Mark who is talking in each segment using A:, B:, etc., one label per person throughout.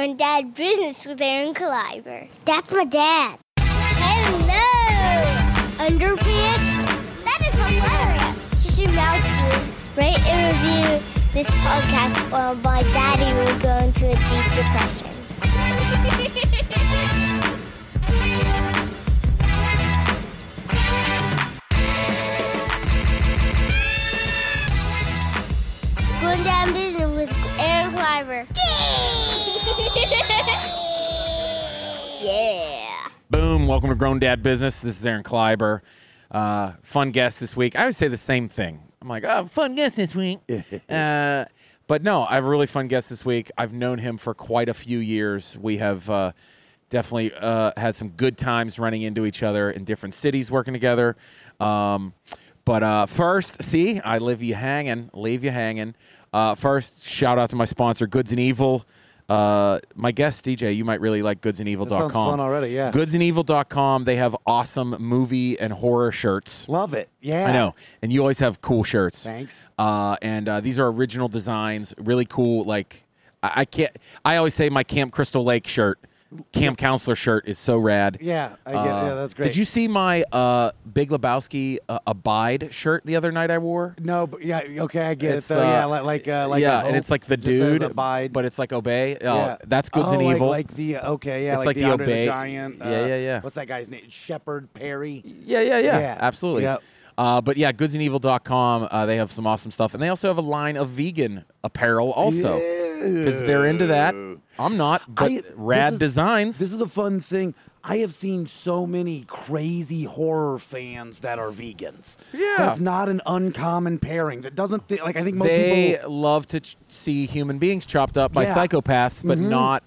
A: Granddad Business with Aaron Caliber. That's my dad. Hello! Underpants? That is hilarious! You should mouth to rate and review this podcast or my daddy will go into a deep depression. Going down business with Aaron Cliver. yeah.
B: Boom. Welcome to Grown Dad Business. This is Aaron Kleiber. Uh, fun guest this week. I always say the same thing. I'm like, oh, fun guest this week. uh, but no, I have a really fun guest this week. I've known him for quite a few years. We have uh, definitely uh, had some good times running into each other in different cities working together. Um, but uh, first, see, I leave you hanging, leave you hanging. Uh, first, shout out to my sponsor, Goods and Evil. Uh, my guest, DJ, you might really like goodsandevil.com.
C: That sounds fun already, yeah.
B: Goodsandevil.com. They have awesome movie and horror shirts.
C: Love it. Yeah.
B: I know. And you always have cool shirts.
C: Thanks.
B: Uh, and uh, these are original designs, really cool. Like I, I can't. I always say my Camp Crystal Lake shirt, Camp Counselor shirt is so rad.
C: Yeah, I get
B: Uh,
C: Yeah, that's great.
B: Did you see my uh, Big Lebowski uh, Abide shirt the other night I wore?
C: No, but yeah, okay, I get
B: It's,
C: it. Though. yeah,
B: uh,
C: like like uh, like
B: yeah,
C: a
B: and
C: hope
B: it's like the
C: just says
B: dude,
C: abide.
B: but it's like obey. Uh,
C: yeah.
B: That's goods
C: oh,
B: and
C: like-
B: evil.
C: Like, the okay, yeah,
B: It's like
C: the,
B: the
C: Andre
B: obey-
C: giant.
B: Yeah,
C: uh,
B: yeah, yeah.
C: What's that guy's name? Shepherd Perry.
B: Yeah, yeah, yeah,
C: Yeah.
B: Absolutely.
C: Yep.
B: Uh, but yeah, goodsandevil.com, uh, they have some awesome stuff. And they also have a line of vegan apparel also. Because they're into that. I'm not, but
C: I-
B: rad
C: this is-
B: designs.
C: This is a fun thing. I have seen so many crazy horror fans that are vegans.
B: Yeah.
C: that's not an uncommon pairing. That doesn't thi- like I think most
B: they
C: people.
B: love to ch- see human beings chopped up by
C: Yeah. Mm-hmm.
B: psychopaths, but not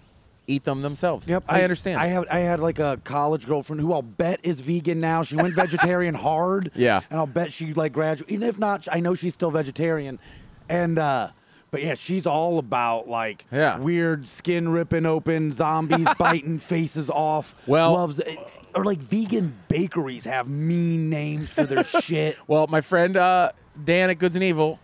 B: eat them themselves.
C: Yep,
B: I, understand.
C: I had I had like a college girlfriend who I'll bet is vegan now. She went vegetarian hard.
B: Yeah.
C: and I'll bet she like graduated. Even if not, I know she's still vegetarian. And uh, but yeah, she's all about like
B: Yeah.
C: weird skin ripping open, zombies biting faces off.
B: Well-
C: loves eh, or like vegan bakeries have mean names for their shit.
B: well, my friend uh, Dan at Goods and Evil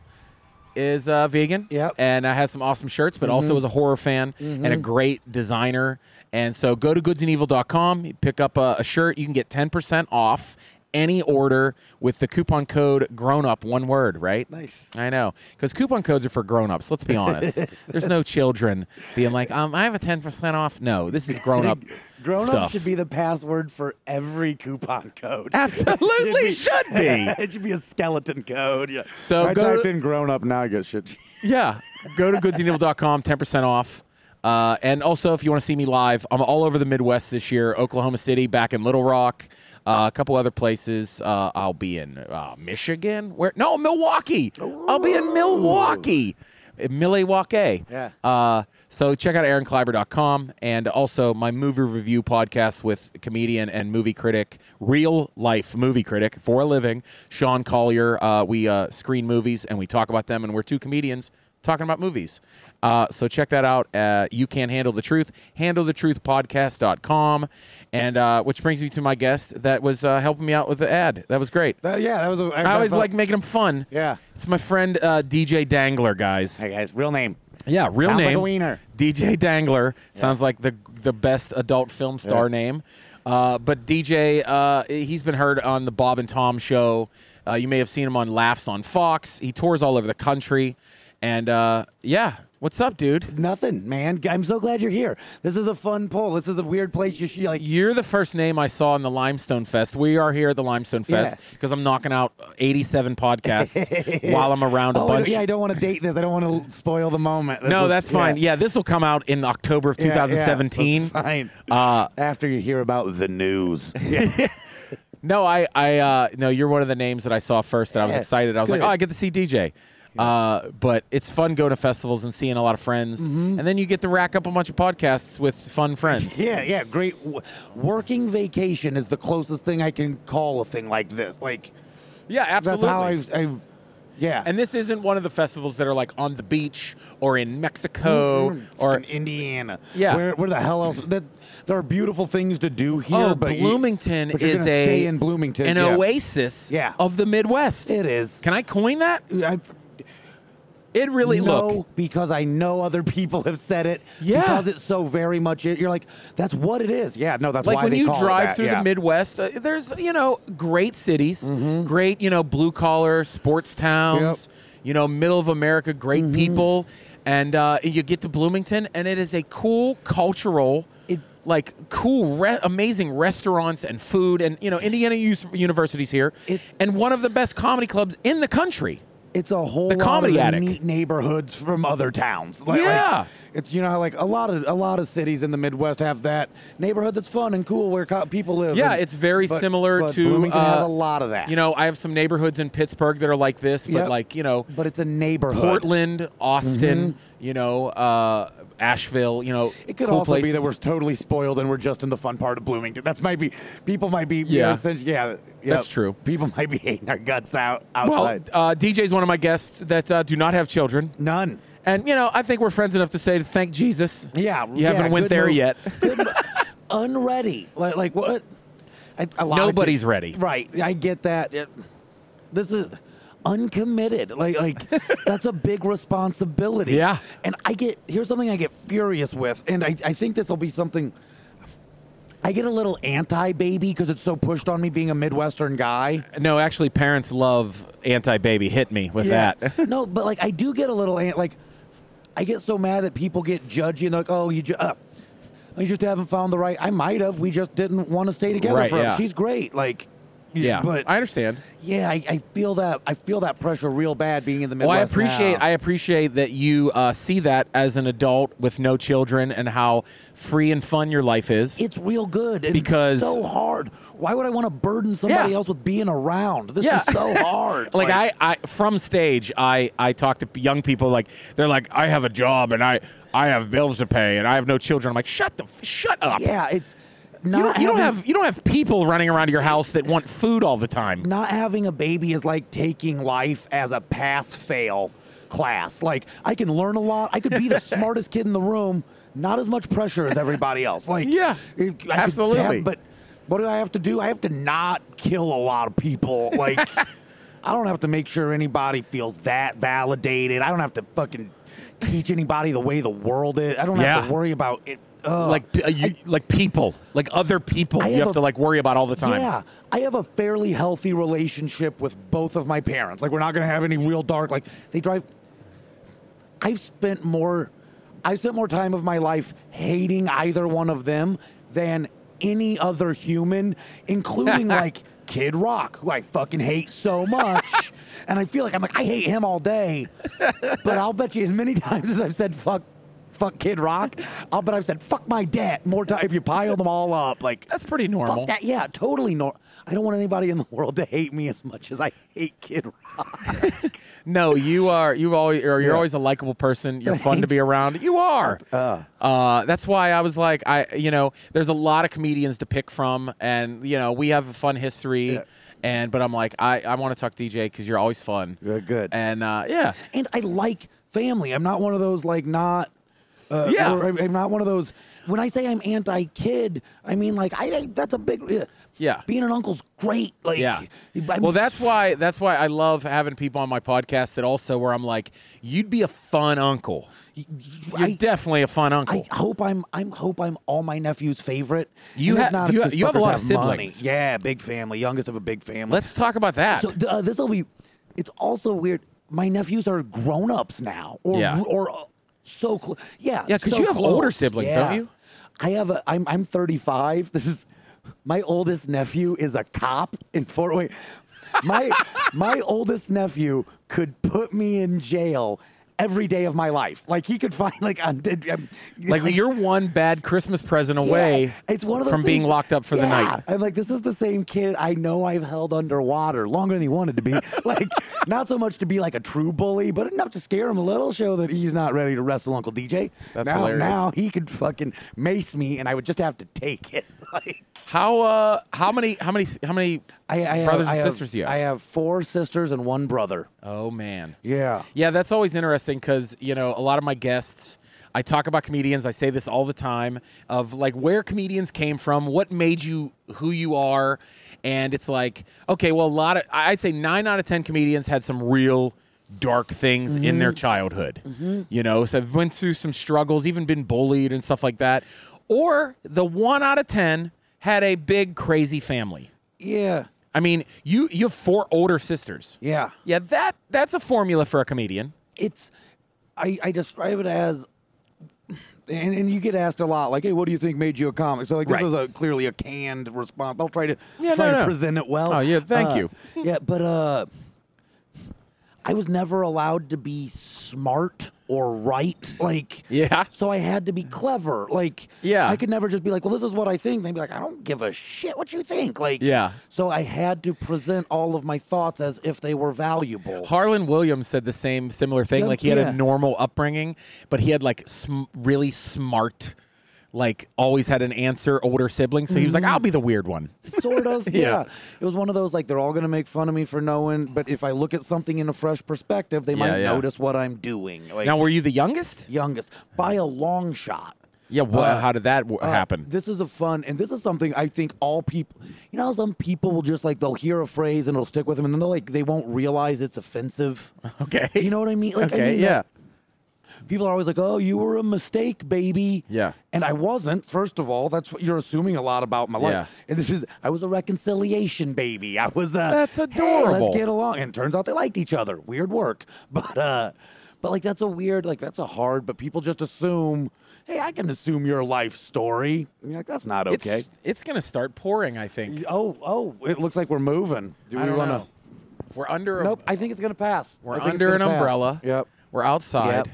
B: is uh, vegan
C: Yep. Mm-hmm.
B: and uh, has some awesome shirts, but also is a horror fan and a great designer. And so go to goodsandevil.com, you pick up a, a shirt. You can get 10% off any order with the coupon code grown up one word right
C: Nice.
B: i know because coupon codes are for grown-ups let's be honest there's no children being like um i have a 10% off no this is grown-up
C: Grown
B: stuff.
C: up should be the password for every coupon code.
B: Absolutely should be.
C: it should be a skeleton code. Yeah.
B: So
C: I
B: go
C: typed
B: to-
C: in grown up now. I get shit.
B: Yeah. Go to goodsandevil.com, 10% off. Uh, and also, if you want to see me live, I'm all over the Midwest this year Oklahoma City, back in Little Rock, uh, a couple other places. Uh, I'll be in uh, Michigan. Where? No, Milwaukee. I'll be in Milwaukee. in Milwaukee.
C: Yeah.
B: Uh, so check out aaronkleiber.com and also my movie review podcast with comedian and movie critic, real life movie critic for a living, Sean Collier. Uh, we uh, screen movies and we talk about them, and we're two comedians talking about movies. Uh, so check that out. Uh, you can handle the truth. HandleTheTruthPodcast.com, and uh, which brings me to my guest that was uh, helping me out with the ad. That was great.
C: That, yeah, that was. A,
B: I always
C: felt-
B: like making them fun.
C: Yeah.
B: It's my friend uh, DJ Dangler, guys.
C: Hey guys, real name.
B: Yeah, real
C: Sounds like a
B: name.
C: wiener.
B: DJ Dangler sounds like the the best adult film star name. Uh, but DJ, uh, he's been heard on the Bob and Tom show. Uh, you may have seen him on Laughs on Fox. He tours all over the country, and uh, yeah, what's up, dude?
C: Nothing, man. I'm so glad you're here. This is a fun poll. This is a weird place. You should like.
B: You're the first name I saw in the Limestone Fest. We are here at the Limestone Fest because I'm knocking out 87 podcasts while I'm around a
C: Oh, I don't-
B: bunch.
C: yeah, I don't want to date this. I don't want to spoil the moment. This
B: no,
C: is-
B: that's fine. Yeah, this will come out in October of
C: Yeah, yeah, that's
B: 2017.
C: fine.
B: Uh,
C: After you hear about the news. Yeah.
B: No, I, I, uh, no, you're one of the names that I saw first that I was
C: Yeah,
B: excited. I was like,
C: good.
B: oh, I get to see DJ. Uh, but it's fun going to festivals and seeing a lot of friends, and then you get to rack up a bunch of podcasts with fun friends.
C: Mm-hmm. Yeah, yeah, great. W- Working vacation is the closest thing I can call a thing like this. Like
B: yeah, absolutely.
C: that's how I, I yeah.
B: and this isn't one of the festivals that are like on the beach or in Mexico
C: or
B: or
C: in Indiana.
B: Yeah.
C: Where, where the hell else? That, there are beautiful things to do here.
B: oh,
C: but you-
B: Bloomington
C: but you're
B: is
C: gonna
B: a
C: stay in Bloomington.
B: an
C: yeah.
B: oasis
C: Yeah.
B: of the Midwest.
C: It is.
B: Can I coin that?
C: I,
B: It really
C: no,
B: look.
C: because I know other people have said it.
B: Yeah.
C: because it's so very much it. You're like, that's what it is. Yeah, no, that's
B: Like
C: why
B: when
C: they
B: you
C: call it
B: drive
C: that,
B: through
C: yeah.
B: the Midwest, uh, there's you know great cities,
C: Mm-hmm.
B: great you know blue collar sports towns, you know middle of America, great
C: Mm-hmm.
B: people, and uh, you get to Bloomington, and it is a cool cultural.
C: It-
B: like cool, re- amazing restaurants and food, and you know Indiana Us- University's here,
C: It-
B: and one of the best comedy clubs in the country.
C: It's a whole
B: The
C: lot
B: Comedy
C: of
B: Attic.
C: neat neighborhoods from other towns. Like, like,
B: Yeah.
C: it's you know how, like a lot of a lot of cities in the Midwest have that neighborhood that's fun and cool where co- people live.
B: Yeah,
C: and-
B: it's very
C: but-
B: similar
C: but
B: to.
C: Bloomington has
B: uh,
C: a lot of that.
B: You know, I have some neighborhoods in Pittsburgh that are like this, but
C: Yep.
B: like you know,
C: but it's a neighborhood.
B: Portland, Austin, you know, uh, Asheville, you know,
C: Mm-hmm. It could
B: cool
C: also be that
B: places.
C: we're totally spoiled and we're just in the fun part of Bloomington. That's might be people might be
B: Yeah.
C: yeah yeah yep.
B: That's true.
C: People might be hating our guts out
B: Well,
C: outside.
B: uh, DJ is one of my guests that uh, do not have children,
C: None.
B: and you know, I think we're friends enough to say thank Jesus.
C: Yeah,
B: you haven't
C: yeah,
B: went
C: good
B: there
C: move.
B: yet.
C: Good mo- unready. Like, like what? I, a lot of
B: Nobody's
C: kids-
B: ready.
C: Right. I get that. It- this is uncommitted. Like, like that's a big responsibility.
B: Yeah.
C: And I get here's something I get furious with, and I, I think this will be something. I get a little anti-baby because it's so pushed on me being a Midwestern guy.
B: No, actually, parents love anti-baby. Hit me with that.
C: no, but like I do get a little ant- like I get so mad that people get judgy and they're like, oh, you just uh, you just haven't found the right. I might have. We just didn't want to stay together.
B: Right,
C: for
B: yeah.
C: She's great. Like. y-
B: yeah,
C: But
B: I understand.
C: yeah, I, I feel that I feel that pressure real bad being in the Midwest.
B: Well, Oh, I appreciate
C: now.
B: I appreciate that you uh, see that as an adult with no children and how free and fun your life is.
C: it's real good and
B: Because-
C: so hard. Why would I want to burden somebody
B: Yeah.
C: else with being around? This
B: Yeah.
C: is so hard.
B: like I, I from stage I, I talk to young people like they're like I have a job and I I have bills to pay and I have no children. I'm like shut the f- shut up.
C: yeah, it's
B: You
C: not
B: don't, you don't
C: having-
B: have you don't have people running around your house that want food all the time.
C: not having a baby is like taking life as a pass fail class. Like I can learn a lot. I could be the smartest kid in the room. Not as much pressure as everybody else. Like
B: Yeah,
C: I could
B: absolutely.
C: have- but what do I have to do? I have to not kill a lot of people. Like I don't have to make sure anybody feels that validated. I don't have to fucking teach anybody the way the world is. I don't have
B: Yeah.
C: to worry about it. Ugh.
B: Like p- uh, you, like people, like other people,
C: I
B: you
C: have
B: have
C: a-
B: to like worry about all the time.
C: Yeah, I have a fairly healthy relationship with both of my parents. Like, we're not gonna have any real dark. Like, they drive. I've spent more, I've spent more time of my life hating either one of them than any other human, including like Kid Rock, who I fucking hate so much. and I feel like I'm like I hate him all day, but I'll bet you as many times as I've said fuck. Fuck Kid Rock. I'll bet I've said fuck my debt more time if you pile them all up. Like
B: That's pretty normal.
C: Fuck that. Yeah, totally normal. I don't want anybody in the world to hate me as much as I hate Kid Rock.
B: No, you are you always or you're
C: Yeah.
B: always a likable person. You're fun to be around. You are. Uh, that's why I was like, I you know, there's a lot of comedians to pick from, and you know, we have a fun history.
C: Yeah.
B: And but I'm like, I I want to talk DJ because you're always fun.
C: Yeah, good.
B: And uh, yeah,
C: And I like family. I'm not one of those like not. Uh,
B: Yeah.
C: or I'm I'm not one of those. When I say I'm anti-kid, I mean like I. I- that's a big. Yeah.
B: Yeah.
C: Being an uncle's great. Like.
B: yeah.
C: I
B: well,
C: mean,
B: that's why that's why I love having people on my podcast that also where I'm like, you'd be a fun uncle. You're
C: I,
B: definitely a fun uncle.
C: I um, hope I'm. I'm hope I'm all my nephew's favorite.
B: You
C: And if
B: ha-
C: not,
B: you
C: it's
B: ha-
C: 'cause
B: you have a
C: fuckers
B: lot of
C: money.
B: siblings.
C: Yeah, big family. Youngest of a big family.
B: Let's talk about that.
C: So th- uh, this will be. It's also weird. My nephews are grown ups now, or
B: Yeah.
C: or uh, so close. Yeah,
B: Yeah, 'cause
C: so
B: you have older
C: close.
B: siblings, don't you?
C: I have a. I'm I'm 35. This is my oldest nephew is a cop in Fort Wayne. My my oldest nephew could put me in jail every day of my life. Like he could find like I'm, I'm
B: like you're one bad Christmas present away
C: yeah, it's one of those
B: from being
C: things-
B: locked up for the
C: Yeah.
B: night.
C: I'm like, this is the same kid I know I've held underwater longer than he wanted to be. like, not so much to be like a true bully, but enough to scare him a little, show that he's not ready to wrestle Uncle DJ.
B: That's
C: now,
B: hilarious.
C: Now he could fucking mace me, and I would just have to take it. like,
B: How uh how many how many how many
C: I, I have-
B: brothers
C: I
B: and
C: have-
B: sisters do you have?
C: I have four sisters and one brother.
B: Oh man.
C: Yeah.
B: Yeah, that's always interesting because you know a lot of my guests. I talk about comedians. I say this all the time of like where comedians came from, what made you who you are, and it's like okay, well a lot of I- I'd say nine out of ten comedians had some real dark things in their childhood. You know, so I've went through some struggles, even been bullied and stuff like that. Or the one out of ten had a big crazy family.
C: Yeah.
B: I mean, you you have four older sisters.
C: Yeah.
B: Yeah, that that's a formula for a comedian.
C: it's I, I describe it as and, and you get asked a lot like hey what do you think made you a comic so like this
B: Right.
C: is a clearly a canned response i'll try to
B: Yeah,
C: try
B: no,
C: to
B: no.
C: present it well
B: Oh, yeah, thank
C: Uh,
B: you.
C: yeah but uh i was never allowed to be smart or right like
B: Yeah.
C: so i had to be clever like
B: Yeah.
C: i could never just be like well this is what i think they'd be like i don't give a shit what you think like
B: Yeah.
C: so i had to present all of my thoughts as if they were valuable
B: Harlan Williams said the same similar thing.
C: Yeah,
B: like he had
C: yeah.
B: a normal upbringing, but he had like sm- really smart, like always had an answer. Older siblings, so he was
C: Mm-hmm.
B: like, "I'll be the weird one."
C: sort of yeah. it was one of those like they're all going to make fun of me for knowing but if i look at something in a fresh perspective they might
B: yeah.
C: notice what i'm doing like
B: Now, were you the youngest?
C: youngest by a long shot
B: Yeah. Wha
C: Uh,
B: how did that w-
C: Uh,
B: happen?
C: this is a fun and this is something i think all people you know how some people will just like they'll hear a phrase and it'll stick with them and then they'll like they won't realize it's offensive
B: okay.
C: you know what i mean like I
B: okay.
C: mean,
B: yeah.
C: like, people are always like oh you were a mistake baby
B: Yeah.
C: and i wasn't first of all that's what you're assuming a lot about my life
B: Yeah.
C: and this is i was a reconciliation baby i was uh
B: That's
C: hey,
B: adorable.
C: let's get along and turns out they liked each other weird work but uh but like that's a weird like that's a hard but people just assume hey i can assume your life story and you're like that's not
B: It's
C: okay
B: it's gonna start pouring. I think.
C: oh oh it looks like we're moving do we
B: I don't
C: wanna
B: know. We're under.
C: nope
B: A,
C: i think it's gonna pass I
B: we're
C: think it's
B: under an
C: gonna pass.
B: umbrella.
C: yep
B: We're outside.
C: Having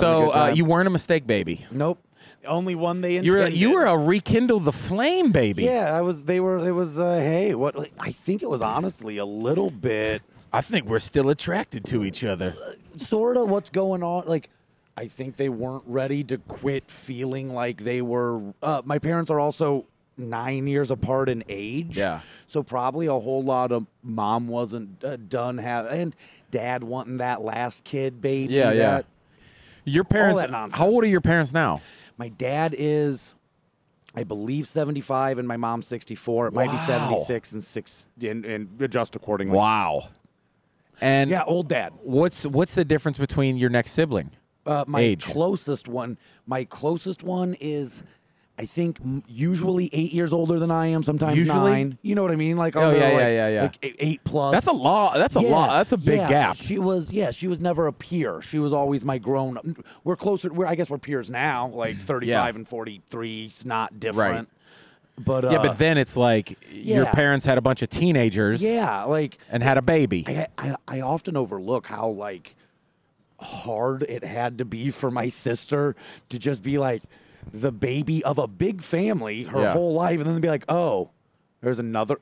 B: So
C: good
B: uh,
C: time.
B: you weren't a mistake, baby.
C: nope only one they
B: You were
C: intended.
B: you were a rekindle the flame, baby.
C: Yeah, I was. They were. It was. Uh, hey, what? like, I think it was honestly a little bit
B: I think we're still attracted to each other.
C: sort of what's going on. Like, I think they weren't ready to quit feeling like they were. Uh, my parents are also nine years apart in age.
B: Yeah.
C: So probably a whole lot of mom wasn't uh, done have and dad wanting that last kid baby.
B: Yeah, yeah.
C: that-
B: Your parents.
C: that nonsense.
B: How old are your parents now?
C: My dad is, I believe, 75, and my mom's 64. It might be
B: Wow.
C: 76 and six and, and adjust accordingly.
B: Wow. And
C: Yeah, old dad.
B: what's what's the difference between your next sibling?
C: Uh, my
B: Age.
C: closest one, my closest one is, I think, m- usually eight years older than I am. Sometimes
B: Usually?
C: nine. You know what I mean? Like,
B: Oh,
C: they're
B: yeah, yeah,
C: like,
B: yeah, yeah.
C: like eight, eight plus.
B: That's a lot. That's a lot. That's a big
C: Uh, yeah.
B: gap.
C: She was, yeah, she was never a peer. She was always my grown. up. We're closer. We're, I guess, we're peers now. Like thirty-five and forty-three. It's not different. But uh,
B: yeah, but then it's like your
C: yeah.
B: parents had a bunch of teenagers
C: yeah, like
B: and had a baby.
C: I, I I often overlook how like hard it had to be for my sister to just be like the baby of a big family her
B: Yeah.
C: whole life, and then be like, oh, there's another.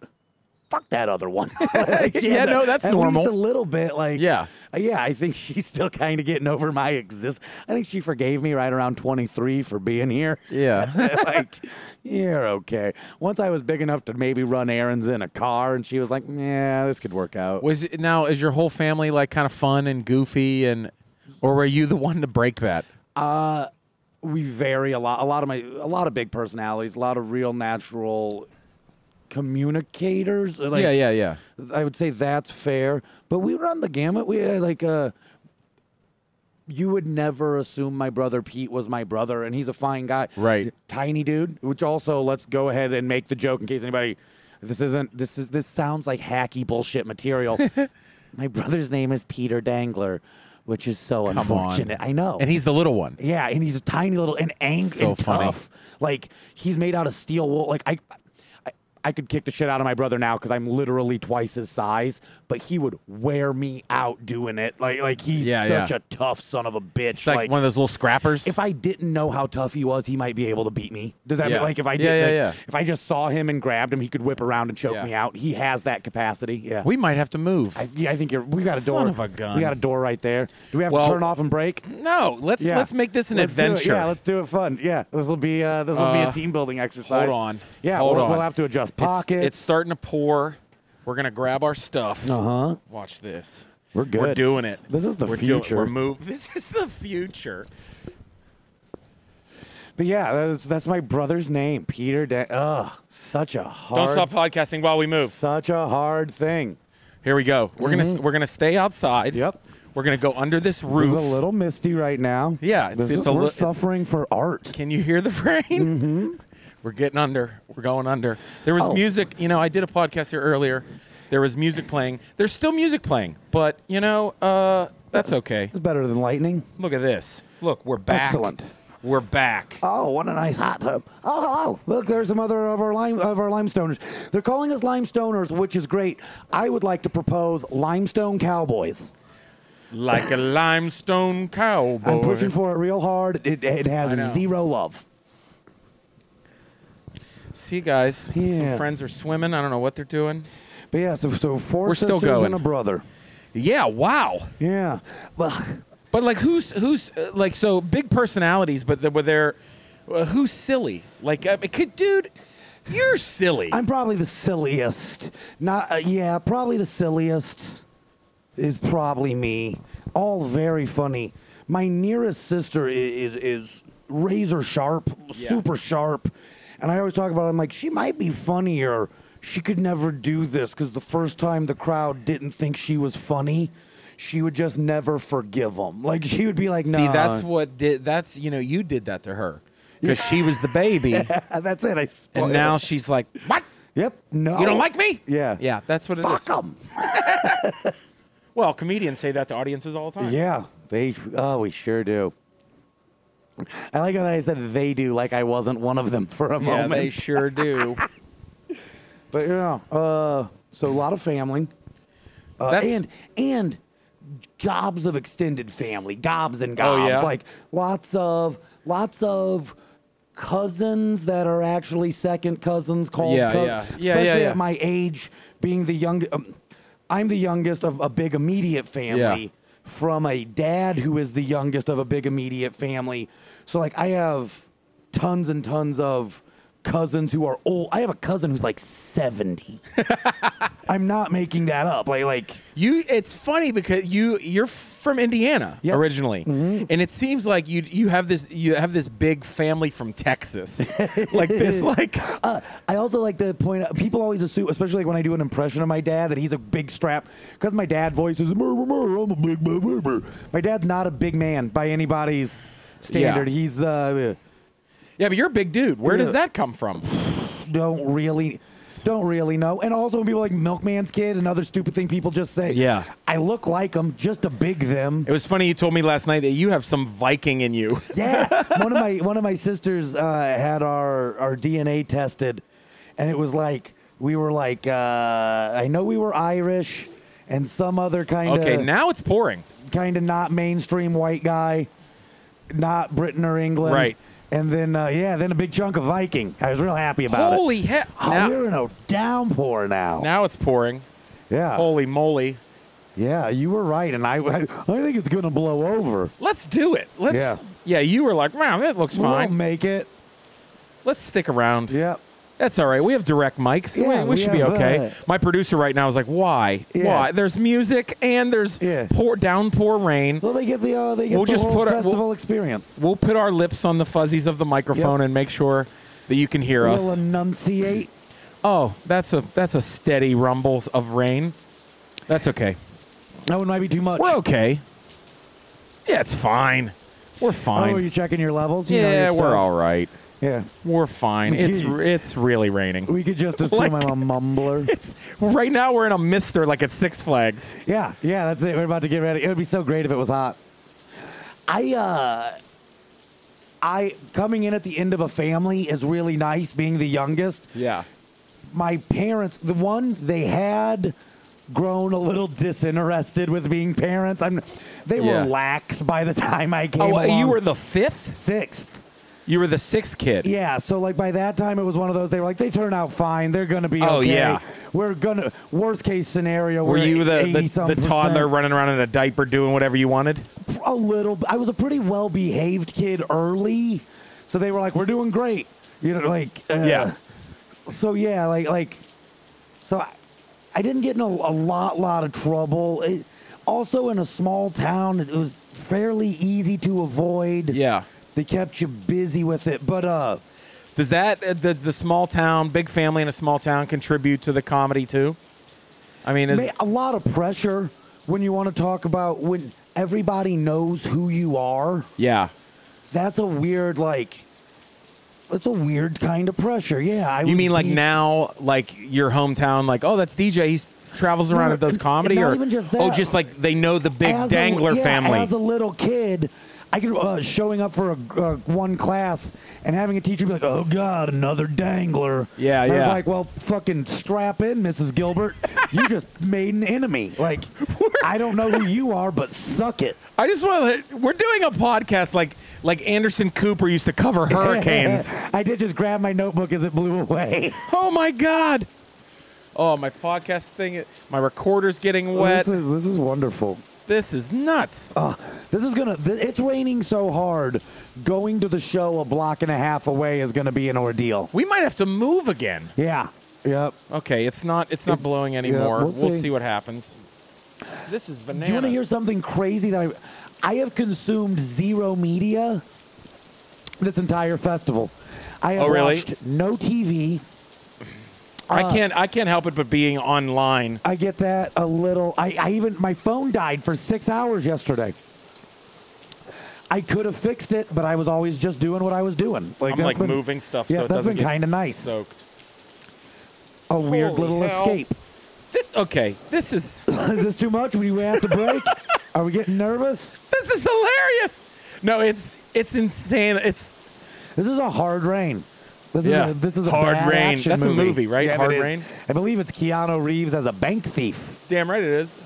C: Fuck that other one. Like,
B: Yeah, no, that's
C: at
B: normal.
C: Least a little bit, like
B: Yeah.
C: uh, yeah. I think she's still kind of getting over my exist. I think she forgave me right around 23 for being here.
B: yeah.
C: like, you're okay. Once I was big enough to maybe run errands in a car, and she was like, yeah, this could work out.
B: Was it, now is your whole family like kind of fun and goofy and, or were you the one to break that?
C: Uh, we vary a lot. A lot of my, a lot of big personalities, a lot of real natural communicators. uh, Like,
B: yeah, yeah, yeah.
C: I would say that's fair. But we run the gamut. We uh, like, uh, you would never assume my brother Pete was my brother, and he's a fine guy.
B: Right.
C: Tiny dude. Which also, let's go ahead and make the joke in case anybody. This isn't. This is. This sounds like hacky bullshit material. my brother's name is Peter Dangler, which is so
B: Come on.
C: unfortunate. I know.
B: And he's the little one.
C: Yeah, and he's a tiny little and angry
B: So
C: and
B: funny.
C: tough. Like he's made out of steel wool. Like I, I, I could kick the shit out of my brother now because I'm literally twice his size, but he would wear me out doing it. Like like he's
B: Yeah,
C: such
B: yeah.
C: a tough son of a bitch.
B: It's like, one of those little scrappers.
C: if I didn't know how tough he was, he might be able to beat me. Does that
B: Yeah.
C: mean like if I
B: Yeah,
C: did,
B: yeah,
C: like,
B: yeah.
C: if I just saw him and grabbed him, he could whip around and choke
B: Yeah.
C: me out. He has that capacity. Yeah.
B: we might have to move.
C: I, yeah, I think you're. We got a
B: Son
C: door.
B: of a gun.
C: We got a door right there. Do we have
B: Well-
C: to turn off and break?
B: no, let's
C: Yeah.
B: let's make this an
C: Let's do it.
B: adventure.
C: Yeah, let's do it fun. Yeah, this will be uh, this will be
B: Uh,
C: a team building exercise.
B: Hold on.
C: Yeah,
B: Hold
C: we'll,
B: on.
C: we'll have to adjust
B: It's-
C: pockets.
B: It's, starting to pour. We're gonna grab our stuff.
C: Uh huh.
B: Watch this.
C: We're
B: We're
C: good.
B: doing it.
C: This is the
B: we're doing-
C: future.
B: we're moving. This is the future.
C: But yeah, that's that's my brother's name, Peter. Da- Ugh, such a hard.
B: Don't stop podcasting while we move.
C: Such a hard thing.
B: Here we go. We're gonna we're gonna stay outside.
C: Mm-hmm. Yep.
B: We're gonna go under this
C: This
B: roof.
C: is a little misty right now.
B: Yeah, it's-
C: This
B: it's
C: is-
B: a
C: we're
B: li- it's-
C: suffering for art.
B: Can you hear the rain? Mm-hmm. We're getting under. We're going under. There was
C: Oh.
B: music. You know, I did a podcast here earlier. There was music playing. There's still music playing, but you know, uh, that's okay.
C: It's better than lightning.
B: Look at this. Look, we're back.
C: Excellent.
B: We're back.
C: Oh, what a nice hot tub. Oh, hello. Look, there's some other of our lime of our limestoners. They're calling us limestoners, which is great. I would like to propose limestone cowboys.
B: Like a limestone cowboy.
C: I'm pushing for it real hard. It, it
B: know.
C: has zero love.
B: See, guys, some
C: Yeah.
B: friends are swimming. I don't know what they're doing.
C: But yeah, so, so 4
B: We're still
C: sisters
B: going.
C: and a brother.
B: Yeah. Wow.
C: Yeah. Well,
B: But like, who's who's uh, like so big personalities, but the, were there uh, who's silly? Like, I mean, could, dude, you're silly.
C: I'm probably the silliest. Not uh, yeah, probably the silliest is probably me. All very funny. My nearest sister is is, is razor sharp,
B: Yeah.
C: super sharp, and I always talk about. It, I'm like, she might be funnier. She could never do this because the first time the crowd didn't think she was funny, she would just never forgive them. Like she would be like, no.
B: See, that's what did that's you know you did that to her because she was the baby,
C: that's it. I spoiled
B: and now
C: it.
B: she's like, what?
C: yep, no,
B: You don't like me?
C: Yeah.
B: yeah, that's what it is.
C: Oh. Fuck 'em.
B: Well, comedians say that to audiences all the time.
C: Yeah, they. Oh, we sure do. I like how I said they do, like I wasn't one of them for a
B: yeah,
C: moment.
B: they sure do.
C: but yeah, uh, so a lot of family, uh,
B: That's-
C: and and gobs of extended family, gobs and gobs,
B: Oh, yeah?
C: like lots of lots of cousins that are actually second cousins called.
B: Yeah,
C: cous-
B: yeah. Yeah, yeah,
C: Especially
B: yeah.
C: at my age, being the young, um, I'm the youngest of a big immediate family from a dad who is the youngest of a big immediate family. So like I have tons and tons of cousins who are old. I have a cousin who's like 70. I'm not making that up. Like like
B: You, it's funny because you you're from Indiana
C: Yeah.
B: originally, and it seems like you you have this you have this big family from Texas, like this like
C: uh, I also like to point out people always assume, especially like when I do an impression of my dad, that he's a big strap because my dad voice is "Mur, mur, mur, I'm a big man. mur, mur." My dad's not a big man by anybody's standard. He's uh,
B: yeah, but you're a big dude. Where does
C: Yeah.
B: that come from?
C: don't really don't really know. And also people like Milkman's Kid, another stupid thing people just say.
B: Yeah.
C: I look like him, just a big them.
B: It was funny you told me last night that you have some Viking in you.
C: Yeah, one of my one of my sisters uh, had our our DNA tested, and it was like we were like uh, I know we were Irish, and some other kind of
B: Okay, now it's pouring.
C: kind of not mainstream white guy, not Britain or England,
B: Right.
C: And then uh, yeah, then a big chunk of Viking. I was real happy about it.
B: Holy heck!
C: Oh,
B: Now,
C: we're in a downpour now.
B: now it's pouring.
C: yeah.
B: Holy moly!
C: Yeah, you were right, and I I, think it's gonna blow over.
B: Let's do it. Let's. Yeah.
C: Yeah.
B: you were like, wow, that looks fine.
C: We'll make it.
B: Let's stick around.
C: Yep.
B: That's all right. We have direct mics.
C: Yeah,
B: we, we
C: we
B: should be
C: have
B: okay.
C: that.
B: My producer right now is like, why?
C: Yeah.
B: Why? There's music and there's
C: Yeah.
B: pour downpour rain.
C: So they get the uh, they get
B: We'll
C: the
B: just
C: whole
B: put a- we'll-
C: festival experience.
B: We'll put our lips on the fuzzies of the microphone
C: Yep.
B: and make sure that you can hear
C: We'll
B: us.
C: enunciate.
B: Oh, that's a that's a steady rumble of rain. That's okay.
C: That one might be too much. Oh,
B: We're okay. Yeah, it's fine. We're fine.
C: Oh, you checking your levels? You know
B: yeah,
C: your
B: we're
C: stuff.
B: all right.
C: Yeah,
B: We're fine. It's it's really raining.
C: we could just assume
B: Like-
C: I'm a mumbler.
B: Right now we're in a mister like at Six Flags.
C: yeah, yeah, that's it. We're about to get ready. It would be so great if it was hot. I uh, I coming in at the end of a family is really nice. Being the youngest,
B: Yeah.
C: my parents, the one they had grown a little disinterested with being parents. I'm, they
B: Yeah.
C: were lax by the time I came.
B: Oh, uh,
C: along.
B: you were the fifth.
C: sixth.
B: You were the sixth kid.
C: Yeah, so like by that time it was one of those. They were like, they turn out fine. They're gonna be
B: Oh,
C: okay.
B: yeah.
C: we're gonna worst case scenario.
B: Were
C: we're
B: you the,
C: 80-some
B: the, the toddler
C: percent.
B: running around in a diaper doing whatever you wanted?
C: a little. I was a pretty well behaved kid early, so they were like, "We're doing great," you know, like uh,
B: Yeah.
C: So yeah, like like, so I, I didn't get in a, a lot lot of trouble. It, also in a small town, it was fairly easy to avoid.
B: Yeah.
C: They kept you busy with it, but uh,
B: Does that uh, does the small town, big family in a small town, contribute to the comedy too? I mean, it's,
C: Ma- a lot of pressure when you want to talk about when everybody knows who you are.
B: yeah.
C: That's a weird like. That's a weird kind of pressure. Yeah, I
B: You
C: was
B: mean like
C: deep-
B: now, like your hometown, like oh, that's DJ. He travels around
C: No,
B: and does
C: and
B: comedy,
C: not
B: or
C: even just
B: oh,
C: that.
B: just like they know the big
C: As a-
B: Dangler
C: yeah,
B: family.
C: As a little kid, I could uh, showing up for a, uh, one class and having a teacher be like, "Oh God, another Dangler."
B: Yeah,
C: And I was
B: yeah.
C: like, "Well, fucking strap in, Mrs. Gilbert. you just made an enemy. Like, I don't know who you are, but suck it."
B: I just want to. We're doing a podcast like like Anderson Cooper used to cover hurricanes.
C: I did just grab my notebook as it blew away.
B: oh my god. Oh, my podcast thing. My recorder's getting wet.
C: Oh, This is this is wonderful.
B: This is nuts.
C: Oh, this is gonna. Th- it's raining so hard. Going to the show a block and a half away is gonna be an ordeal.
B: We might have to move again.
C: Yeah. Yep.
B: Okay, it's not it's not
C: It's-
B: blowing
C: yeah,
B: anymore.
C: we'll
B: we'll, see.
C: see.
B: what happens. This is
C: Do you
B: bananas.
C: want to hear something crazy that I, I have consumed zero media this entire festival. I have
B: Oh, really?
C: watched no TV.
B: I
C: uh,
B: can't I can't help it but being online.
C: I get that a little. I, I even my phone died for six hours yesterday. I could have fixed it, but I was always just doing what I was doing. Like
B: I'm
C: that's
B: like
C: been
B: moving stuff
C: yeah,
B: so it
C: that's
B: doesn't
C: been
B: get
C: kinda nice.
B: soaked.
C: a weird
B: Holy
C: little
B: hell.
C: escape.
B: This, okay, this is
C: Is this too much? We have to break. Are we getting nervous?
B: this is hilarious. No, it's it's insane. It's
C: This is a hard rain. This
B: Yeah.
C: is a, this is a
B: Hard
C: bad
B: Rain.
C: action
B: That's a
C: movie.
B: movie, right?
C: Yeah, it
B: Hard
C: is.
B: Rain?
C: I believe it's Keanu Reeves as a bank thief.
B: damn right it is.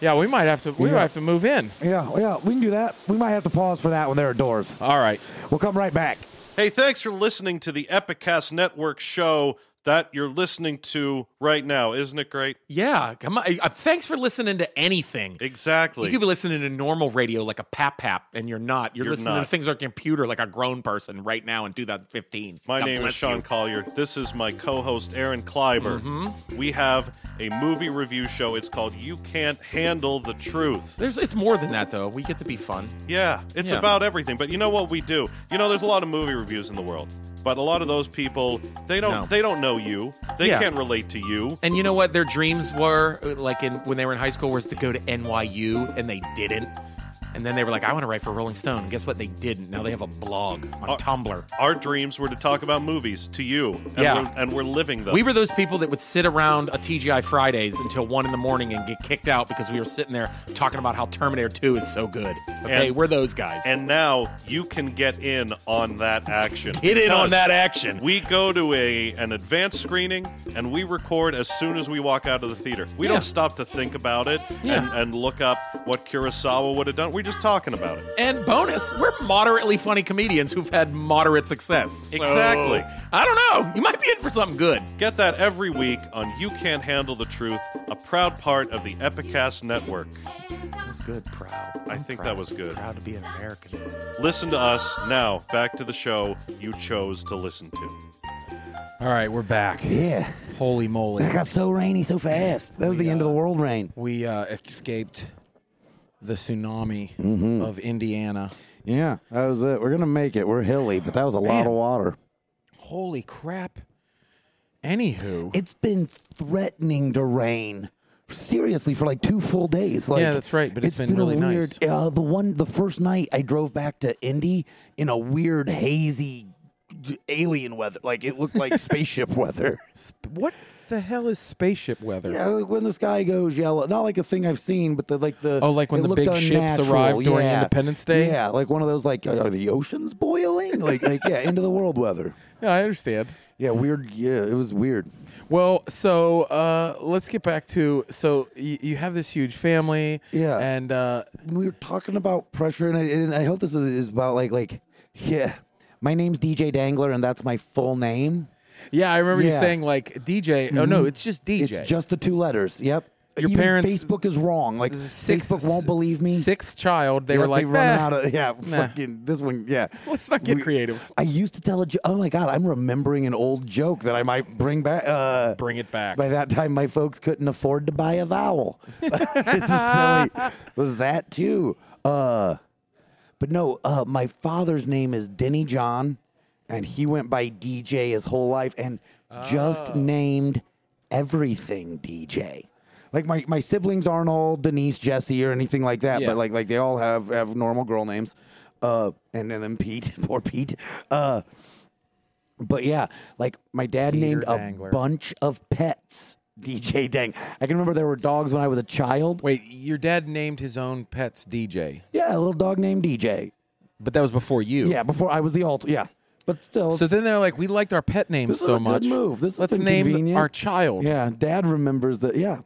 B: Yeah, we might have to we
C: Yeah.
B: might have to move in.
C: Yeah, yeah, we can do that. We might have to pause for that when there are doors.
B: All right.
C: We'll come right back.
D: Hey, thanks for listening to the Epicast Network show that you're listening to right now. Isn't it great?
E: Yeah, come on. Uh, thanks for listening to anything.
D: Exactly.
E: You could be listening to normal radio like a pap pap, and you're not. You're,
D: You're
E: listening
D: not.
E: to things on a computer like a grown person right now in 2015.
D: my
E: God
D: name is
E: bless
D: Sean
E: you.
D: Collier. This is my co host, Aaron Kleiber.
E: Mm-hmm.
D: We have a movie review show. It's called You Can't Handle the Truth.
E: There's, it's more than that though. We get to be fun.
D: Yeah, it's
E: Yeah.
D: about everything. But you know what we do? You know, there's a lot of movie reviews in the world, but a lot of those people they don't
E: No.
D: they don't know you. They
E: Yeah.
D: can't relate to you.
E: And you know what their dreams were, uh, like in when they were in high school, was to go to NYU, and they didn't. And then they were like, I want to write for Rolling Stone. And guess what? They didn't. Now they have a blog on
D: Uh,
E: Tumblr.
D: Our dreams were to talk about movies to you, and,
E: Yeah.
D: we're, and we're living them.
E: We were those people that would sit around a TGI Fridays until one in the morning and get kicked out because we were sitting there talking about how Terminator 2 is so good. Okay,
D: And-
E: we're those guys.
D: and now you can get in on that action.
E: Hit in on
D: Because
E: that action.
D: We go to a an advanced screening and we record as soon as we walk out of the theater. We
E: Yeah.
D: don't stop to think about it and,
E: Yeah.
D: and look up what Kurosawa would have done. We're just talking about it.
E: And bonus, we're moderately funny comedians who've had moderate success. So,
D: Exactly.
E: I don't know. You might be in for something good.
D: Get that every week on You Can't Handle the Truth, a proud part of the Epicast Network.
E: That was good. Proud.
D: I think that was good.
E: Proud to be an American.
D: Listen to us now. Back to the show you chose to listen to.
B: All right, we're back.
C: Yeah,
B: Holy moly.
C: it got so rainy so fast. That was the end of the world rain.
B: We uh, escaped the tsunami of Indiana.
C: Yeah, that was it. We're gonna make it. We're hilly, but that was a lot of water.
B: Holy crap. Anywho.
C: It's been threatening to rain. Seriously, for like two full days. Like,
B: that's right, but it's been
C: a
B: really nice.
C: weird, Uh, the one, the first night I drove back to Indy in a weird hazy alien weather. Like it looked like spaceship weather.
B: Sp- what the hell is spaceship weather?
C: Yeah, like when the sky goes yellow. Not like a thing I've seen, but the like the
B: Oh, like when
C: it
B: the
C: looked
B: big ships
C: unnatural.
B: arrived during
C: Yeah.
B: Independence Day?
C: Yeah, like one of those like are the oceans boiling? like like yeah, end of the world weather.
B: No, I understand.
C: Yeah, weird. Yeah, it was weird.
B: Well, so uh, let's get back to so y- you have this huge family,
C: Yeah.
B: and uh,
C: we were talking about pressure, and I, and I hope this is, is about like like yeah. My name's DJ Dangler, and that's my full name.
B: yeah, I remember you
C: Yeah.
B: saying like DJ. Oh no,
C: Mhm.
B: it's just DJ.
C: It's just the two letters. Yep.
B: Your
C: Even
B: parents-
C: Facebook is wrong. Like
B: Sixth-
C: Facebook won't believe me.
B: Sixth child, they
C: Yeah,
B: were like,
C: running
B: "Eh,
C: out of yeah.
B: nah.
C: Fucking this one. Yeah.
B: let's not get
C: We-
B: creative.
C: I used to tell a joke. Oh my god, I'm remembering an old joke that I might bring back. Uh,
B: Bring it back.
C: by that time, my folks couldn't afford to buy a vowel. this is silly. Was that too? Uh, but no, uh, my father's name is Denny
B: Oh.
C: John, and he went by DJ his whole life and just named everything DJ. Like my, my siblings aren't all Denise, Jesse, or anything like that,
B: Yeah.
C: but like like they all have have normal girl names. Uh, and, and then Pete, poor Pete. Uh, but yeah, like my dad
B: Peter
C: named
B: Dangler.
C: a bunch of pets DJ Dang. I can remember there were dogs when I was a child.
B: Wait, your dad named his own pets DJ,
C: Yeah, a little dog named DJ.
B: but that was before you.
C: Yeah, before I was the alt. Yeah, but still.
B: So
C: it's-
B: then they're like, we liked our pet names
C: This is
B: so
C: a good
B: much.
C: move. This has
B: Let's
C: been
B: name
C: convenient."
B: our child.
C: yeah, Dad remembers that. Yeah,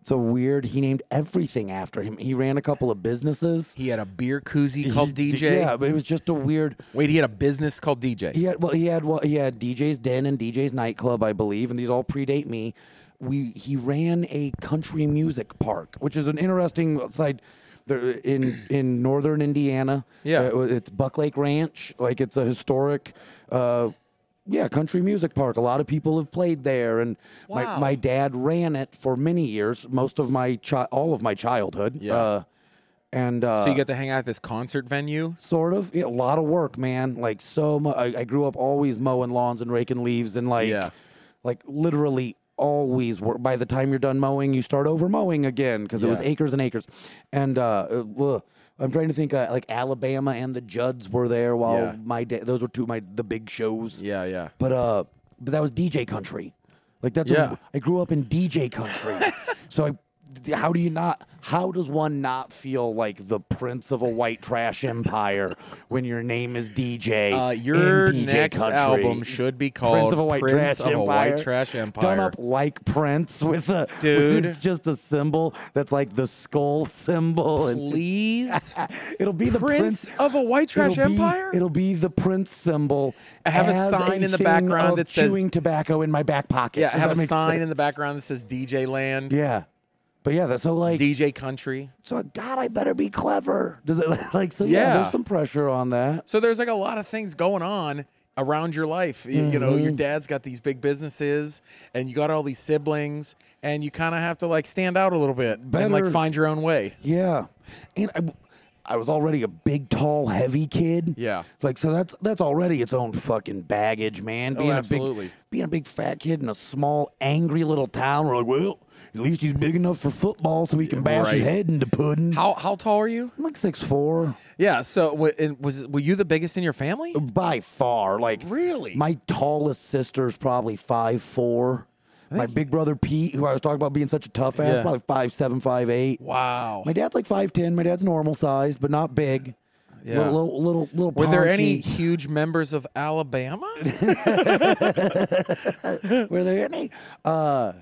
C: it's a weird. He named everything after him. He ran a couple of businesses.
B: He had a beer koozie called
C: He-
B: DJ.
C: Yeah, but it was just a weird.
B: Wait, he had a business called DJ.
C: He had well, he had well, he had DJ's Den and DJ's nightclub, I believe, and these all predate me. We he ran a country music park, which is an interesting side. There, in in northern Indiana,
B: Yeah.
C: uh, it's Buck Lake Ranch. Like it's a historic, uh, yeah, country music park. A lot of people have played there, and
B: Wow.
C: my, my dad ran it for many years, most of my chi- all of my childhood.
B: Yeah.
C: Uh, and uh,
B: So you got to hang out at this concert venue.
C: Sort of. Yeah, a lot of work, man. Like so much. I, I grew up always mowing lawns and raking leaves and like,
B: Yeah.
C: like literally always work. By the time you're done mowing, you start over mowing again because it was
B: Yeah.
C: acres and acres. And uh, uh, ugh. I'm trying to think. Uh, like Alabama and the Judds were there while
B: Yeah.
C: my dad. Those were two of my the big shows.
B: Yeah, yeah.
C: But uh, but that was DJ country. Like that's
B: Yeah.
C: yeah. I grew up in DJ country. so I, th- how do you not? How does one not feel like the prince of a white trash empire when your name is DJ?
B: Uh,
C: in
B: your
C: DJ
B: next
C: country?
B: album should be called
C: Prince of a White
B: Prince
C: Trash
B: of a White
C: Empire.
B: Trash
C: Done
B: Empire.
C: up like Prince with a with
B: Dude.
C: this- just a symbol that's like the skull symbol. And
B: Please,
C: it'll be the
B: Prince of a White Trash
C: it'll be-
B: Empire.
C: it'll be the Prince symbol.
B: I have a
C: as
B: sign in the
C: thing
B: background
C: of
B: that says-
C: chewing tobacco in my back pocket.
B: yeah, I
C: Does
B: have
C: that
B: a
C: make
B: sign in the
C: sense?
B: background that says DJ Land,
C: Yeah. But yeah, that's so like
B: DJ Country.
C: so God, I better be clever. Does it like so yeah,
B: Yeah.
C: there's some pressure on that.
B: So there's like a lot of things going on around your life. You, you know, your dad's got these big businesses, and you got all these siblings, and you kind of have to like stand out a little bit and like
C: Better-
B: find your own way.
C: Yeah. And I I was already a big, tall, heavy kid.
B: Yeah.
C: Like so that's that's already its own fucking baggage, man. Being a
B: Oh, absolutely.
C: big being a big fat kid in a small, angry little town, we're like, well, at least he's big enough for football so he can bash
B: Right.
C: his head into pudding.
B: How how tall are you?
C: I'm like six four.
B: Yeah. So w- and was were you the biggest in your family?
C: By far. Like
B: Really?
C: My tallest sister's probably five four. My big brother Pete, who I was talking about being such a tough ass,
B: Yeah.
C: probably five seven, five eight.
B: wow.
C: My dad's like five ten. My dad's normal size, but not big.
B: Yeah.
C: Little little little, little
B: Were there any
C: paunchy.
B: huge members of Alabama?
C: Were there any? Uh,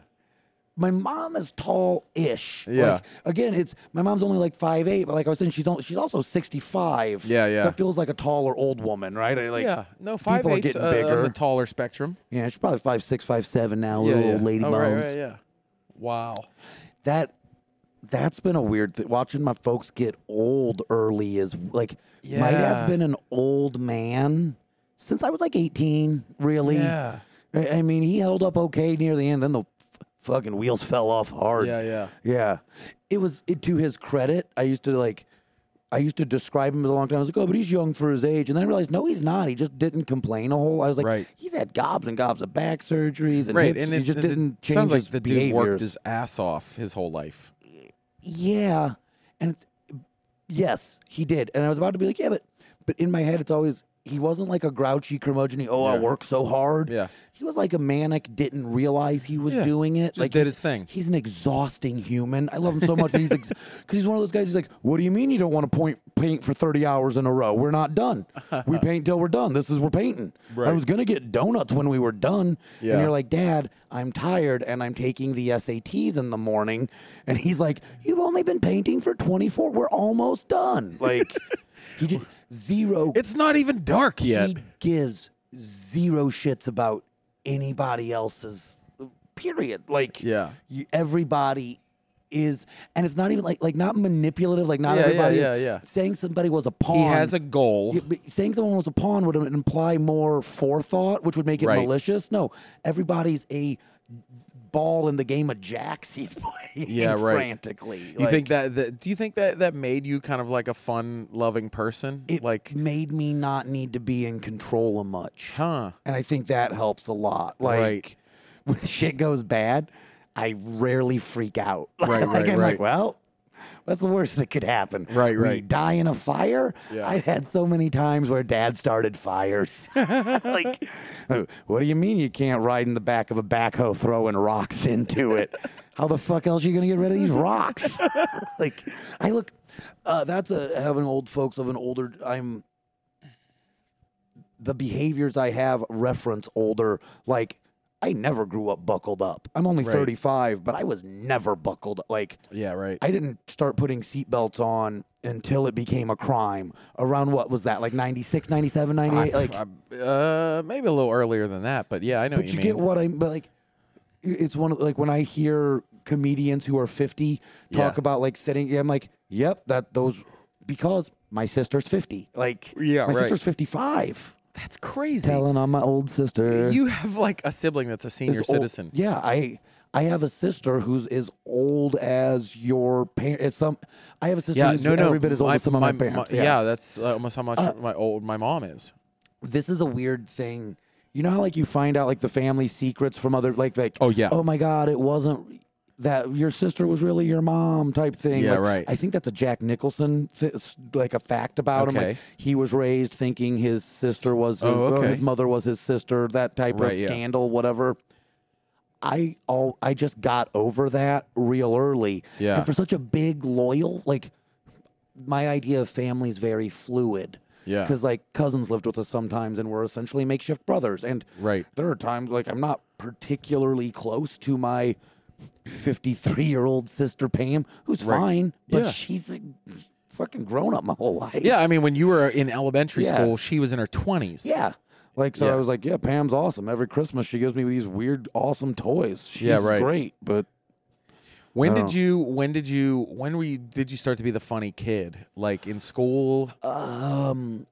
C: my mom is tall ish.
B: Yeah.
C: Like, again, it's my mom's only like five eight, but like I was saying, she's al- she's also sixty five.
B: Yeah, yeah.
C: That feels like a taller old woman, right? I, like,
B: yeah, no, five
C: people are
B: eight
C: getting
B: uh, on
C: bigger.
B: the taller spectrum.
C: yeah, she's probably five six, five seven now.
B: yeah,
C: little
B: yeah.
C: old lady
B: oh,
C: bones.
B: Right, right, yeah. Wow.
C: that that's been a weird thing. Watching my folks get old early is like
B: Yeah.
C: my dad's been an old man since I was like 18, really.
B: Yeah.
C: I, I mean, he held up okay near the end, then the f- fucking wheels fell off hard.
B: Yeah, yeah.
C: Yeah. It was it, to his credit. I used to like I used to describe him as a long time. I was like, oh, but he's young for his age. And then I realized, no, he's not. He just didn't complain a whole. I was like,
B: Right.
C: he's had gobs and gobs of back surgeries, and
B: right,
C: hips-
B: and
C: he
B: it,
C: just
B: it- it
C: didn't change
B: sounds like
C: his
B: the dude
C: behaviors.
B: worked his ass off his whole life.
C: yeah and it's, yes he did and i was about to be like yeah but but in my head it's always he wasn't like a grouchy curmudgeon oh i
B: Yeah.
C: work so hard
B: Yeah.
C: he was like a manic didn't realize he was
B: Yeah,
C: doing it
B: just
C: like
B: did
C: he's-
B: his thing.
C: he's an exhausting human i love him so much but he's because he's one of those guys who's like what do you mean you don't want to point paint for 30 hours in a row we're not done we paint till we're done this is we're painting i
B: Right.
C: was gonna get donuts when we were done
B: Yeah.
C: and you're like like, Dad, I'm tired and I'm taking the SATs in the morning. And he's like, You've only been painting for 24. We're almost done. Like, he just, zero.
B: It's not even dark
C: he
B: yet.
C: gives zero shits about anybody else's period. Like,
B: Yeah.
C: you- everybody is, and it's not even like, like not manipulative. Like, not
B: Yeah, yeah,
C: everybody
B: yeah,
C: is
B: yeah.
C: saying somebody was a pawn.
B: He has a goal.
C: Yeah, but saying someone was a pawn would imply more forethought, which would make it
B: Right.
C: malicious. No, everybody's a ball in the game of jacks he's playing
B: Yeah, right.
C: frantically.
B: You think that, that? Do you think that that made you kind of like a fun-loving person?
C: it
B: like,
C: made me not need to be in control of much.
B: huh?
C: And I think that helps a lot. Like
B: Right.
C: when shit goes bad, I rarely freak out.
B: Right,
C: like,
B: right,
C: I'm
B: right.
C: like, well, what's the worst that could happen?
B: Right,
C: We
B: right.
C: die in a fire.
B: Yeah.
C: I've had so many times where dad started fires. like, what do you mean you can't ride in the back of a backhoe throwing rocks into it? How the fuck else are you gonna get rid of these rocks? like, I look. Uh, that's a having old folks of an older. I'm the behaviors I have reference older. Like, I never grew up buckled up. I'm only
B: Right.
C: 35, but I was never buckled. Like,
B: Yeah, right.
C: I didn't start putting seatbelts on until it became a crime. Around what was that? Like 96, 97, 98? like,
B: I- uh, maybe a little earlier than that, but yeah, I know
C: but
B: what
C: you,
B: you, mean.
C: get what I'm, but like, i- it's one of like when I hear comedians who are 50
B: Yeah.
C: talk about like sitting, yeah, I'm like, yep, that those, because my sister's 50. Like,
B: Yeah,
C: my
B: right.
C: sister's 55.
B: That's crazy.
C: Telling on my old sister.
B: You have like a sibling that's a senior
C: is old-
B: citizen.
C: Yeah, I I have a sister who's as old as your parents. It's some I have a sister
B: Yeah,
C: who's
B: no, no.
C: every bit as old as some of my parents. yeah.
B: that's uh, almost how much my old my mom is.
C: this is a weird thing. You know how like you find out like the family secrets from other like like
B: Oh, yeah.
C: oh my god it wasn't that your sister was really your mom type thing.
B: Yeah,
C: Like,
B: right.
C: I think that's a Jack Nicholson th- s- like a fact about him. Like
B: Okay.
C: he was raised thinking his sister was his,
B: Oh,
C: or his
B: okay.
C: mother was his sister. That type
B: Right,
C: of
B: yeah.
C: scandal, whatever. I all I just got over that real early.
B: Yeah.
C: And for such a big loyal like my idea of family is very fluid.
B: Yeah.
C: Because like cousins lived with us sometimes, and were essentially makeshift brothers. And
B: Right.
C: there are times like I'm not particularly close to my 53 year old sister Pam, who's
B: Right.
C: fine, but
B: Yeah.
C: she's like, fucking grown up my whole life.
B: Yeah, I mean, when you were in elementary
C: Yeah.
B: school, she was in her twenties.
C: Yeah. Like so,
B: Yeah.
C: I was like, yeah, Pam's awesome. Every Christmas, she gives me these weird, awesome toys. She's
B: Yeah, right.
C: great, but
B: When
C: Oh.
B: did you? When did you? When were you? Did you start to be the funny kid? Like in school,
C: um,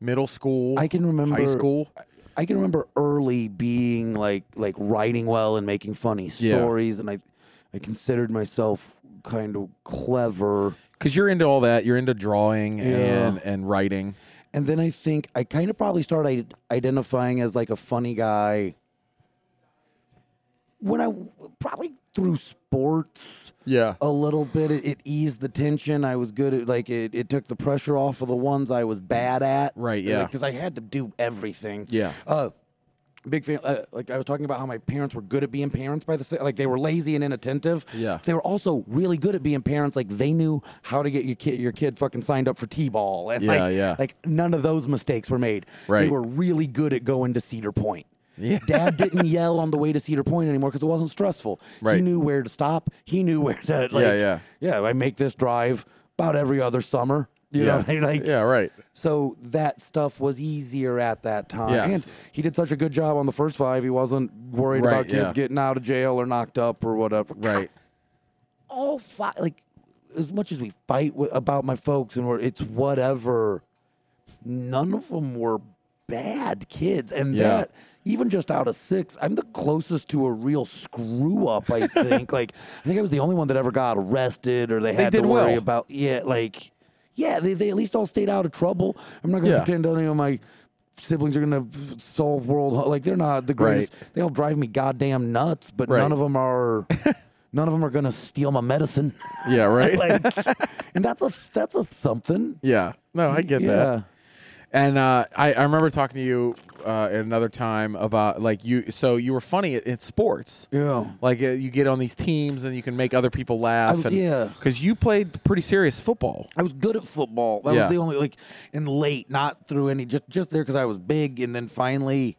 B: middle school,
C: I can remember
B: high school.
C: I can remember early being like like writing well and making funny
B: Yeah.
C: stories, and I I considered myself kind of clever.
B: Because you're into all that. You're into drawing and and writing.
C: And then I think I kind of probably started identifying as like a funny guy when I probably through sports
B: Yeah.
C: a little bit. It, it eased the tension. I was good at like it, it took the pressure off of the ones I was bad at.
B: Right, yeah.
C: Because I had to do everything.
B: Yeah.
C: Uh, big fan. Uh, like I was talking about how my parents were good at being parents by the sa- like they were lazy and inattentive.
B: Yeah.
C: They were also really good at being parents. Like they knew how to get your kid your kid fucking signed up for t-ball and
B: Yeah,
C: like
B: yeah.
C: like none of those mistakes were made. They
B: Right.
C: were really good at going to Cedar Point.
B: Yeah.
C: Dad didn't yell on the way to Cedar Point anymore because it wasn't stressful. He
B: Right.
C: knew where to stop. He knew where to like.
B: yeah.
C: Yeah, I make this drive about every other summer. You know,
B: yeah.
C: what I mean? like
B: yeah. Right.
C: so that stuff was easier at that time.
B: Yes.
C: And he did such a good job on the first five, he wasn't worried
B: Right,
C: about kids
B: yeah.
C: getting out of jail or knocked up or whatever.
B: Right.
C: All five, like, as much as we fight wi- about my folks and we're, it's whatever, none of them were bad kids. And
B: Yeah.
C: that, even just out of six, I'm the closest to a real screw up, I think. like, I think I was the only one that ever got arrested or they
B: They
C: had
B: did
C: to worry
B: well.
C: about, yeah, like, yeah, they, they at least all stayed out of trouble. I'm not going to
B: Yeah.
C: pretend any of my siblings are going to solve world. hu- Like they're not the
B: Right.
C: greatest. They all drive me goddamn nuts, but
B: Right.
C: none of them are. none of them are going to steal my medicine.
B: Yeah. Right.
C: like, and that's a that's a something.
B: yeah. No, I get that.
C: yeah.
B: And uh, I, I remember talking to you uh, at another time about like you. So you were funny in sports.
C: Yeah.
B: Like uh, you get on these teams and you can make other people laugh.
C: was-
B: and,
C: yeah.
B: Because you played pretty serious football.
C: I was good at football. That
B: Yeah.
C: was the only like, and late, not through any, just just there because I was big, and then finally,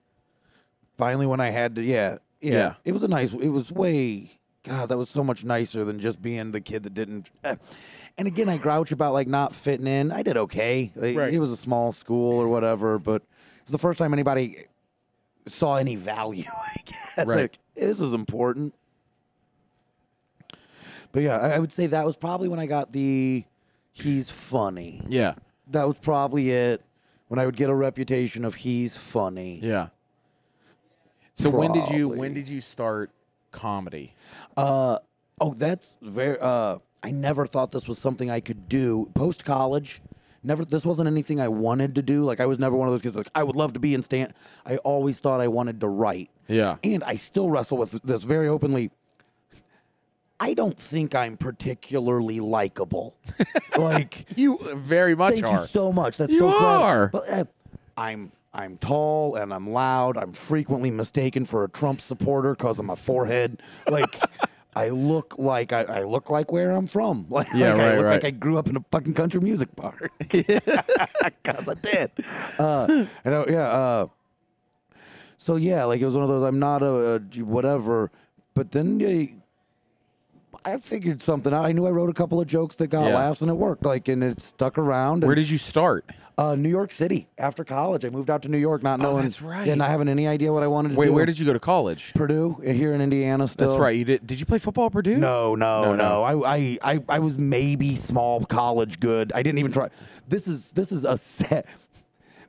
C: finally when I had to, yeah, yeah,
B: Yeah.
C: it was a nice, it was way, God, that was so much nicer than just being the kid that didn't. eh. And again, I grouch about like not fitting in. I did okay. Like,
B: Right.
C: It was a small school or whatever, but it's the first time anybody saw any value. I guess.
B: Right.
C: Like, this is important. But yeah, I, I would say that was probably when I got the he's funny.
B: Yeah.
C: That was probably it. When I would get a reputation of he's funny.
B: Yeah. So when did you when
C: Probably.
B: did you start comedy?
C: Uh, oh, that's very. Uh, I never thought this was something I could do post college. never this wasn't anything I wanted to do. Like I was never one of those kids like I would love to be in stand. I always thought I wanted to write.
B: Yeah.
C: And I still wrestle with this very openly. I don't think I'm particularly likable. like
B: You very much
C: Thank
B: are.
C: you so much. That's
B: You
C: so flattering.
B: are.
C: But uh, I'm I'm tall and I'm loud. I'm frequently mistaken for a Trump supporter because of my forehead. Like I look like I, I look like where I'm from. Like,
B: Yeah,
C: like
B: right,
C: I look
B: right.
C: like I grew up in a fucking country music bar. Cause I did. Uh, I know. Yeah. Uh, so yeah, like it was one of those. I'm not a, a whatever. But then they, I figured something out. I knew I wrote a couple of jokes that got
B: Yeah.
C: laughs and it worked. Like and it stuck around.
B: Where
C: and-
B: did you start?
C: uh, New York City after college. I moved out to New York, not knowing,
B: Oh, that's right.
C: and not having any idea what I wanted to
B: Wait,
C: do.
B: where did you go to college?
C: Purdue uh, here in Indiana? Still,
B: That's right. You did. Did you play football at Purdue?
C: No,
B: No,
C: no,
B: no.
C: no. I, I, I, I was maybe small college good. I didn't even try. This is this is a set.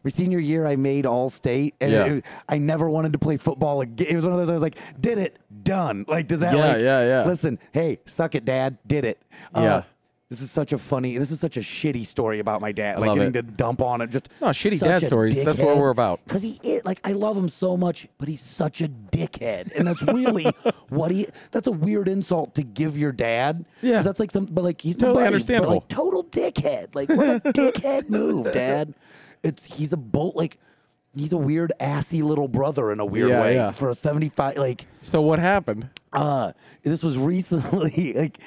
C: My senior year, I made all state, and
B: Yeah.
C: it, I never wanted to play football again. It was one of those. I was like, "Did it? Done." Like, does that?
B: Yeah,
C: like,
B: yeah, yeah.
C: Listen, hey, suck it, Dad. Did it? Uh,
B: Yeah.
C: This is such a funny. This is such a shitty story about my dad.
B: love
C: like getting
B: it.
C: to dump on it. Just
B: No, shitty dad stories. That's what we're about.
C: Because he is like I love him so much, but he's such a dickhead, and that's really what he. That's a weird insult to give your dad. 'Cause
B: Yeah.
C: that's like some, but like he's my
B: Totally
C: buddy,
B: understandable.
C: But like total dickhead. Like what a dickhead move, dad. It's he's a bolt like. He's a weird assy little brother in a weird
B: Yeah,
C: way
B: yeah.
C: for a 75 like
B: So what happened?
C: uh this was recently like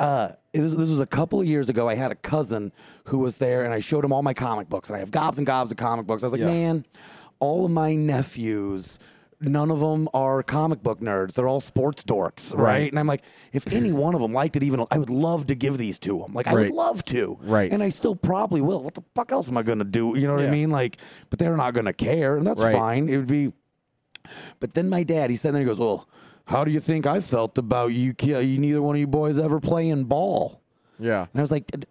C: uh this, this was a couple of years ago i had a cousin who was there and i showed him all my comic books and i have gobs and gobs of comic books i was like
B: Yeah.
C: man all of my nephews none of them are comic book nerds they're all sports dorks right,
B: Right.
C: and i'm like if any one of them liked it even i would love to give these to them like i
B: Right.
C: would love to
B: Right.
C: and i still probably will what the fuck else am i gonna do you know what
B: Yeah.
C: i mean like but they're not gonna care and that's
B: Right.
C: fine it would be but then my dad, he said, there, he goes, well, how do you think I felt about you? ki- You neither one of you boys ever playing ball.
B: Yeah.
C: And I was like, "D-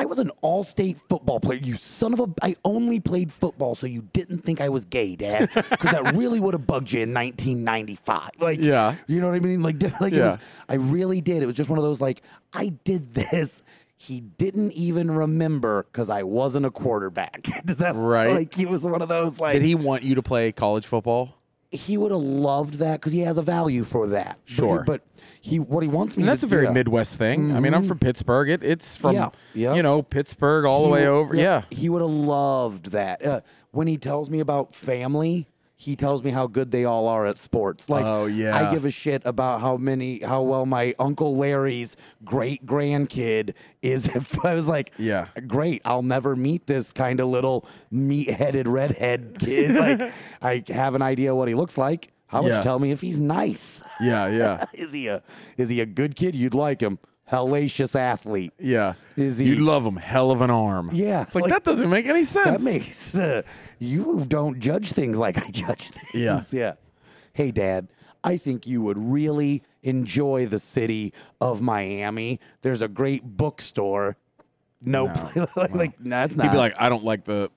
C: I was an all-state football player. You son of a! I only played football, so you didn't think I was gay, Dad, because that really would have bugged you in 1995. Like,
B: Yeah.
C: you know what I mean? Like, d- like it
B: Yeah.
C: was, I really did. It was just one of those like, I did this. He didn't even remember because I wasn't a quarterback. Does that
B: Right.
C: Like, he was one of those like
B: Did he want you to play college football?
C: he would have loved that because he has a value for that. But-
B: Sure.
C: but, he what he wants me.
B: And
C: to-
B: that's a very
C: yeah.
B: Midwest thing. I mean, I'm from Pittsburgh. It, it's from
C: Yeah. Yeah.
B: you know Pittsburgh all the
C: He
B: way
C: would-
B: over. Yeah.
C: he would have loved that. Uh, when he tells me about family, he tells me how good they all are at sports. Like,
B: Oh, yeah.
C: I give a shit about how many, how well my uncle Larry's great grandkid is. If I was like,
B: Yeah.
C: great, I'll never meet this kind of little meat-headed redhead kid. like, I have an idea what he looks like. How would
B: Yeah.
C: you tell me if he's nice?
B: Yeah. Yeah.
C: is he a is he a good kid? You'd like him. Hellacious athlete.
B: Yeah.
C: Is he-
B: You'd love him. Hell of an arm.
C: Yeah,
B: It's like,
C: like-
B: that doesn't make any sense.
C: That makes uh, you don't judge things like I judge things.
B: Yeah.
C: yeah. Hey, Dad. I think you would really enjoy the city of Miami. There's a great bookstore. Nope.
B: No.
C: like, like, no, that's not.
B: He'd be like, I don't like the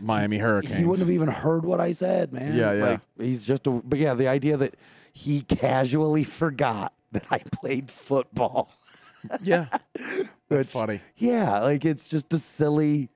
B: Miami Hurricanes.
C: He wouldn't have even heard what I said, man.
B: Yeah, yeah.
C: Like, he's just a. But yeah, the idea that he casually forgot that I played football.
B: yeah. That's
C: Which-
B: funny.
C: Yeah, like it's just a silly.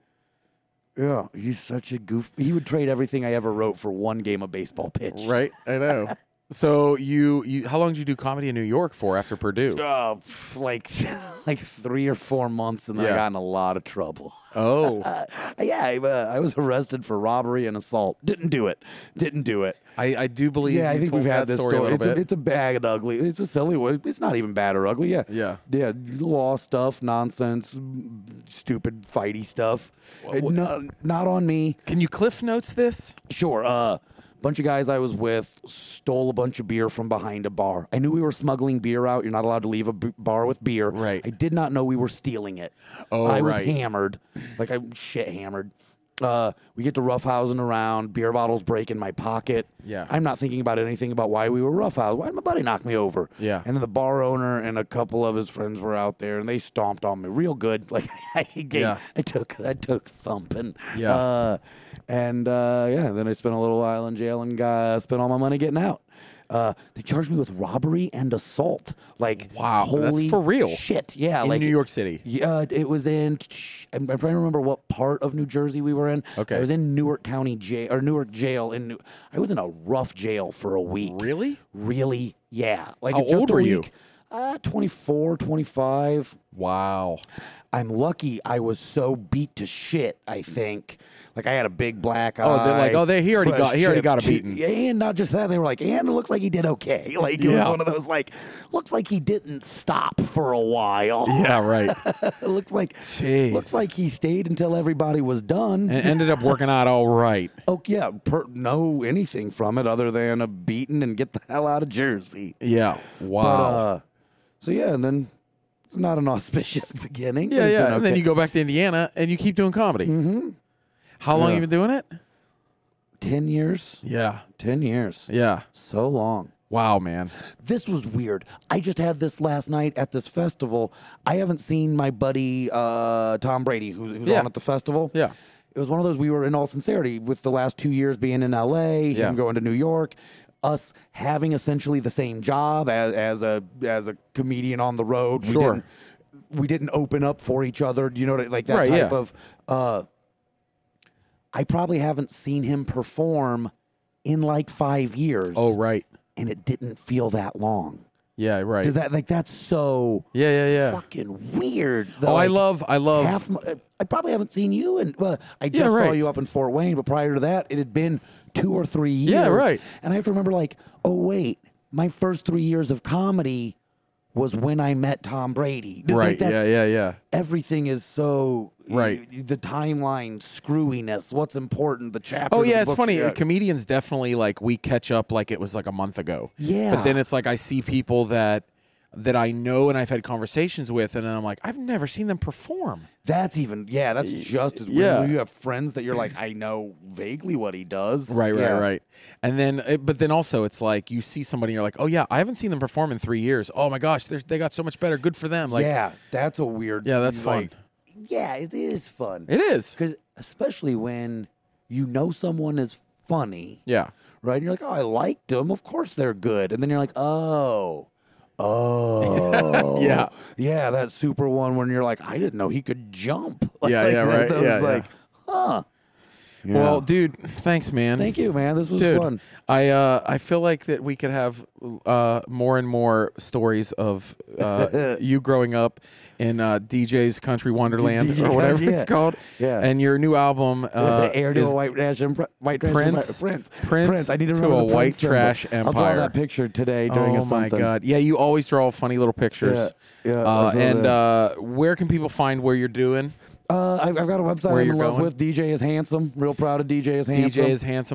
C: Yeah, he's such a goof. He would trade everything I ever wrote for one game of baseball pitch.
B: Right. I know. So you, you, how long did you do comedy in New York for after Purdue?
C: Uh, like, like three or four months, and then
B: Yeah.
C: I got in a lot of trouble.
B: Oh,
C: Uh, yeah, I, uh, I was arrested for robbery and assault. Didn't do it. Didn't do it.
B: I, I do believe.
C: Yeah, I
B: you
C: think
B: told
C: we've had
B: that
C: this
B: story, a little
C: it's,
B: bit.
C: A, it's a bad ugly. It's a silly one. It's not even bad or ugly. Yeah.
B: yeah.
C: Yeah, law stuff, nonsense, m- stupid fighty stuff.
B: Wha-
C: Uh,
B: wha-
C: Not, not on me.
B: Can you cliff notes this?
C: Sure. Uh, bunch of guys I was with stole a bunch of beer from behind a bar. I knew we were smuggling beer out. You're not allowed to leave a b- bar with beer.
B: Right.
C: I did not know we were stealing it.
B: Oh,
C: I was
B: right.
C: hammered, like I'm shit hammered. Uh, we get to roughhousing around. Beer bottles break in my pocket.
B: Yeah.
C: I'm not thinking about anything about why we were roughhoused. Why did my buddy knock me over?
B: Yeah.
C: And then the bar owner and a couple of his friends were out there, and they stomped on me real good. Like I gave,
B: Yeah.
C: I took, I took thumping.
B: Yeah.
C: Uh, and uh, yeah, then I spent a little while in jail and uh, spent all my money getting out. Uh, they charged me with robbery and assault. Like
B: Wow, that's
C: holy
B: for real.
C: shit. Yeah,
B: In
C: like
B: New York City?
C: Yeah, it was in. I'm, I'm trying to remember what part of New Jersey we were in.
B: Okay.
C: I was in Newark County jail or Newark jail in. New, I was in a rough jail for a week.
B: Really?
C: Really? Yeah. Like
B: How
C: just
B: old
C: a
B: were you?
C: week. Uh, 24, 25.
B: Wow.
C: I'm lucky I was so beat to shit, I think. Like I had a big black
B: Mm. Oh, they're like,
C: eye,
B: "Oh, they- he already
C: fresh
B: got- he already
C: chipped
B: got a
C: tooth."
B: beating.
C: Yeah, and not just that, they were like, and it looks like he did okay. Like it
B: Yeah.
C: was one of those like looks like he didn't stop for a while.
B: Yeah, right.
C: it looks like
B: Jeez.
C: looks like he stayed until everybody was done.
B: and ended up working out all right.
C: oh yeah, per, no anything from it other than a beating and get the hell out of Jersey.
B: Yeah. Wow.
C: But uh so yeah, and then it's not an auspicious beginning.
B: yeah,
C: It's
B: yeah.
C: been
B: And then
C: okay.
B: you go back to Indiana and you keep doing comedy. Mm-hmm. How long
C: Yeah.
B: you been doing it?
C: ten years.
B: Yeah.
C: 10 years.
B: Yeah.
C: So long.
B: Wow, man.
C: This was weird. I just had this last night at this festival. I haven't seen my buddy uh, Tom Brady, who, who's
B: Yeah.
C: on at the festival.
B: Yeah.
C: It was one of those we were, in all sincerity, with the last two years being in LA,
B: Yeah.
C: him going to New York, us having essentially the same job as, as a as a comedian on the road.
B: Sure.
C: We didn't, we didn't open up for each other. You know, like that
B: Right,
C: type
B: yeah.
C: of. Uh, I probably haven't seen him perform in like five years
B: Oh, right.
C: and it didn't feel that long.
B: Yeah, right.
C: Does that like that's so
B: yeah, yeah, yeah.
C: fucking weird? that,
B: oh, I
C: like,
B: love, I love.
C: half. My, I probably haven't seen you, and well, I just saw
B: right.
C: you up in Fort Wayne, but prior to that, it had been two or three years.
B: Yeah, right.
C: And I have to remember, like, oh wait, my first three years of comedy was when I met Tom Brady. Like,
B: right.
C: that's-
B: yeah, yeah, yeah.
C: Everything is so
B: Right.
C: The timeline screwiness. What's important? The chapter.
B: Oh yeah, it's funny. uh, Comedians definitely like we catch up like it was like a month ago. But
C: Yeah.
B: then it's like I see people that that I know and I've had conversations with, and then I'm like, I've never seen them perform.
C: That's even yeah. That's just as
B: yeah.
C: weird. When You have friends that you're like, I know vaguely what he does.
B: Right, right,
C: Yeah.
B: right. And then, it, but then also, it's like you see somebody, and you're like, oh yeah, I haven't seen them perform in three years. Oh my gosh, they're- they got so much better. Good for them. Like,
C: yeah, that's a weird.
B: Yeah, that's
C: like- yeah, it is fun
B: it is.
C: because especially when you know someone is funny,
B: Yeah,
C: right? And you're like, oh, I liked them. Of course they're good. And then you're like, oh. Oh
B: Yeah.
C: yeah, that super one when you're like, I didn't know he could jump. Like,
B: Yeah,
C: like
B: yeah,
C: that-
B: right.
C: that was
B: Yeah, yeah.
C: like, huh.
B: Well, dude, thanks, man.
C: Thank you, man. This was
B: dude.
C: fun.
B: I uh, I feel like that we could have uh, more and more stories of uh, you growing up in uh, DJ's Country Wonderland
C: DJ
B: or whatever
C: Country,
B: it's
C: yeah.
B: called.
C: Yeah.
B: And your new album uh,
C: the heir to
B: is
C: a white trash empire. White trash
B: Prince-
C: empire. Prince.
B: Prince
C: I need to
B: to
C: remember
B: a
C: the Prince
B: white
C: symbol.
B: trash
C: I'll draw
B: empire.
C: that picture today during
B: oh
C: a something.
B: my god! Yeah, you always draw funny little pictures.
C: Yeah, yeah,
B: uh,
C: I saw
B: and
C: that.
B: uh, where can people find where you're doing?
C: Uh, I've, I've got a website
B: Where
C: I'm
B: you're
C: in love
B: going?
C: with. DJ is handsome. Real proud of DJ is handsome.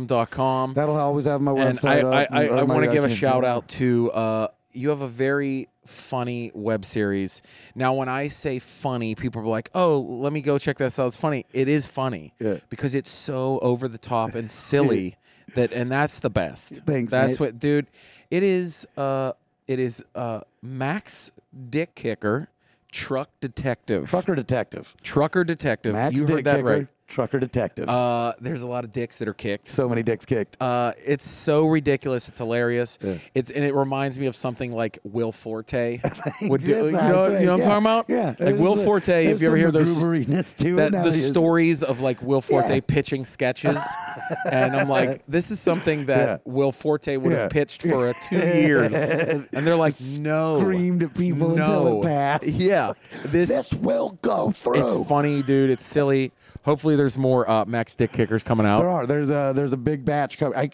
B: DJishandsome.com.
C: That'll always have my
B: And
C: website.
B: I,
C: up
B: I, I,
C: or
B: I
C: Oh, my
B: want to give a
C: iTunes.
B: shout out to uh, you have a very funny web series. Now, when I say funny, people are like, oh, let me go check this out. It's funny. It is funny
C: Yeah.
B: because it's so over the top and silly that, and that's the best.
C: Thanks,
B: That's
C: mate.
B: what, dude. It is. Uh, it is uh, Max Dick Kicker, Truck Detective,
C: Trucker Detective.
B: Trucker Detective.
C: Max
B: you
C: Dick
B: heard that
C: Kicker,
B: right.
C: Trucker Detective.
B: Uh, there's a lot of dicks that are kicked.
C: so many dicks kicked.
B: Uh, it's so ridiculous. It's hilarious.
C: Yeah.
B: It's and it reminds me of something like Will Forte would do.
C: That's
B: you
C: high
B: know,
C: praise,
B: you know what
C: yeah.
B: I'm talking
C: Yeah.
B: about? Like Will
C: there's a-
B: Forte. If
C: there's
B: you ever
C: some
B: hear those
C: magooberiness to it
B: that,
C: now,
B: the
C: there's-
B: stories of like Will Forte
C: Yeah.
B: pitching sketches, and I'm like, this is something that
C: Yeah.
B: Will Forte would
C: Yeah.
B: have pitched for a two years, and they're like, no,
C: Screamed at people until
B: no,
C: it passed.
B: yeah, this.
C: This will go through.
B: it's funny, dude. It's silly. Hopefully, there's more uh, Max Dick Kickers coming out.
C: There are. There's a there's a big batch coming. I,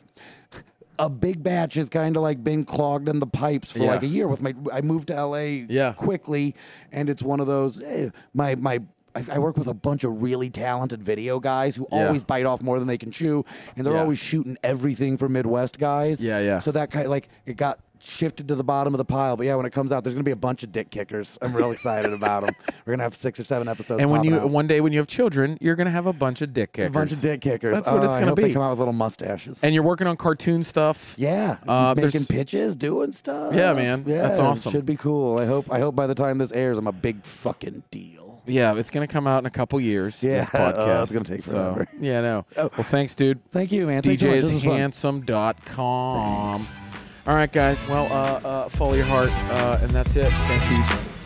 C: a big batch has kind of like been clogged in the pipes for
B: Yeah.
C: like a year. With my, I moved to LA
B: Yeah.
C: quickly, and it's one of those. eh, my my. I I work with a bunch of really talented video guys who
B: Yeah.
C: always bite off more than they can chew, and they're
B: Yeah.
C: always shooting everything for Midwest guys.
B: Yeah, yeah.
C: So that kind of like it got shifted to the bottom of the pile. But yeah, when it comes out, there's gonna be a bunch of dick kickers. I'm real excited about them. We're gonna have six or seven episodes.
B: And when
C: popping
B: you
C: out.
B: one day when you have children, you're gonna have a bunch of dick kickers.
C: a bunch of dick kickers.
B: That's what
C: Oh,
B: it's
C: I
B: gonna
C: hope They
B: be.
C: come out with little mustaches.
B: And you're working on cartoon stuff.
C: Yeah,
B: Uh, there's-
C: making pitches, doing stuff.
B: Yeah, man, that's
C: Yeah,
B: awesome.
C: Should be cool. I hope. I hope by the time this airs, I'm a big fucking deal.
B: Yeah, it's gonna come out in a couple years.
C: Yeah,
B: this
C: uh,
B: podcast.
C: it's gonna take
B: So,
C: forever.
B: yeah, no.
C: Oh.
B: Well, thanks, dude.
C: Thank you, man. Thanks so much. This was fun.
B: DJshandsome.com. All right, guys. Well, uh, uh, follow your heart, uh, and that's it. Thank you.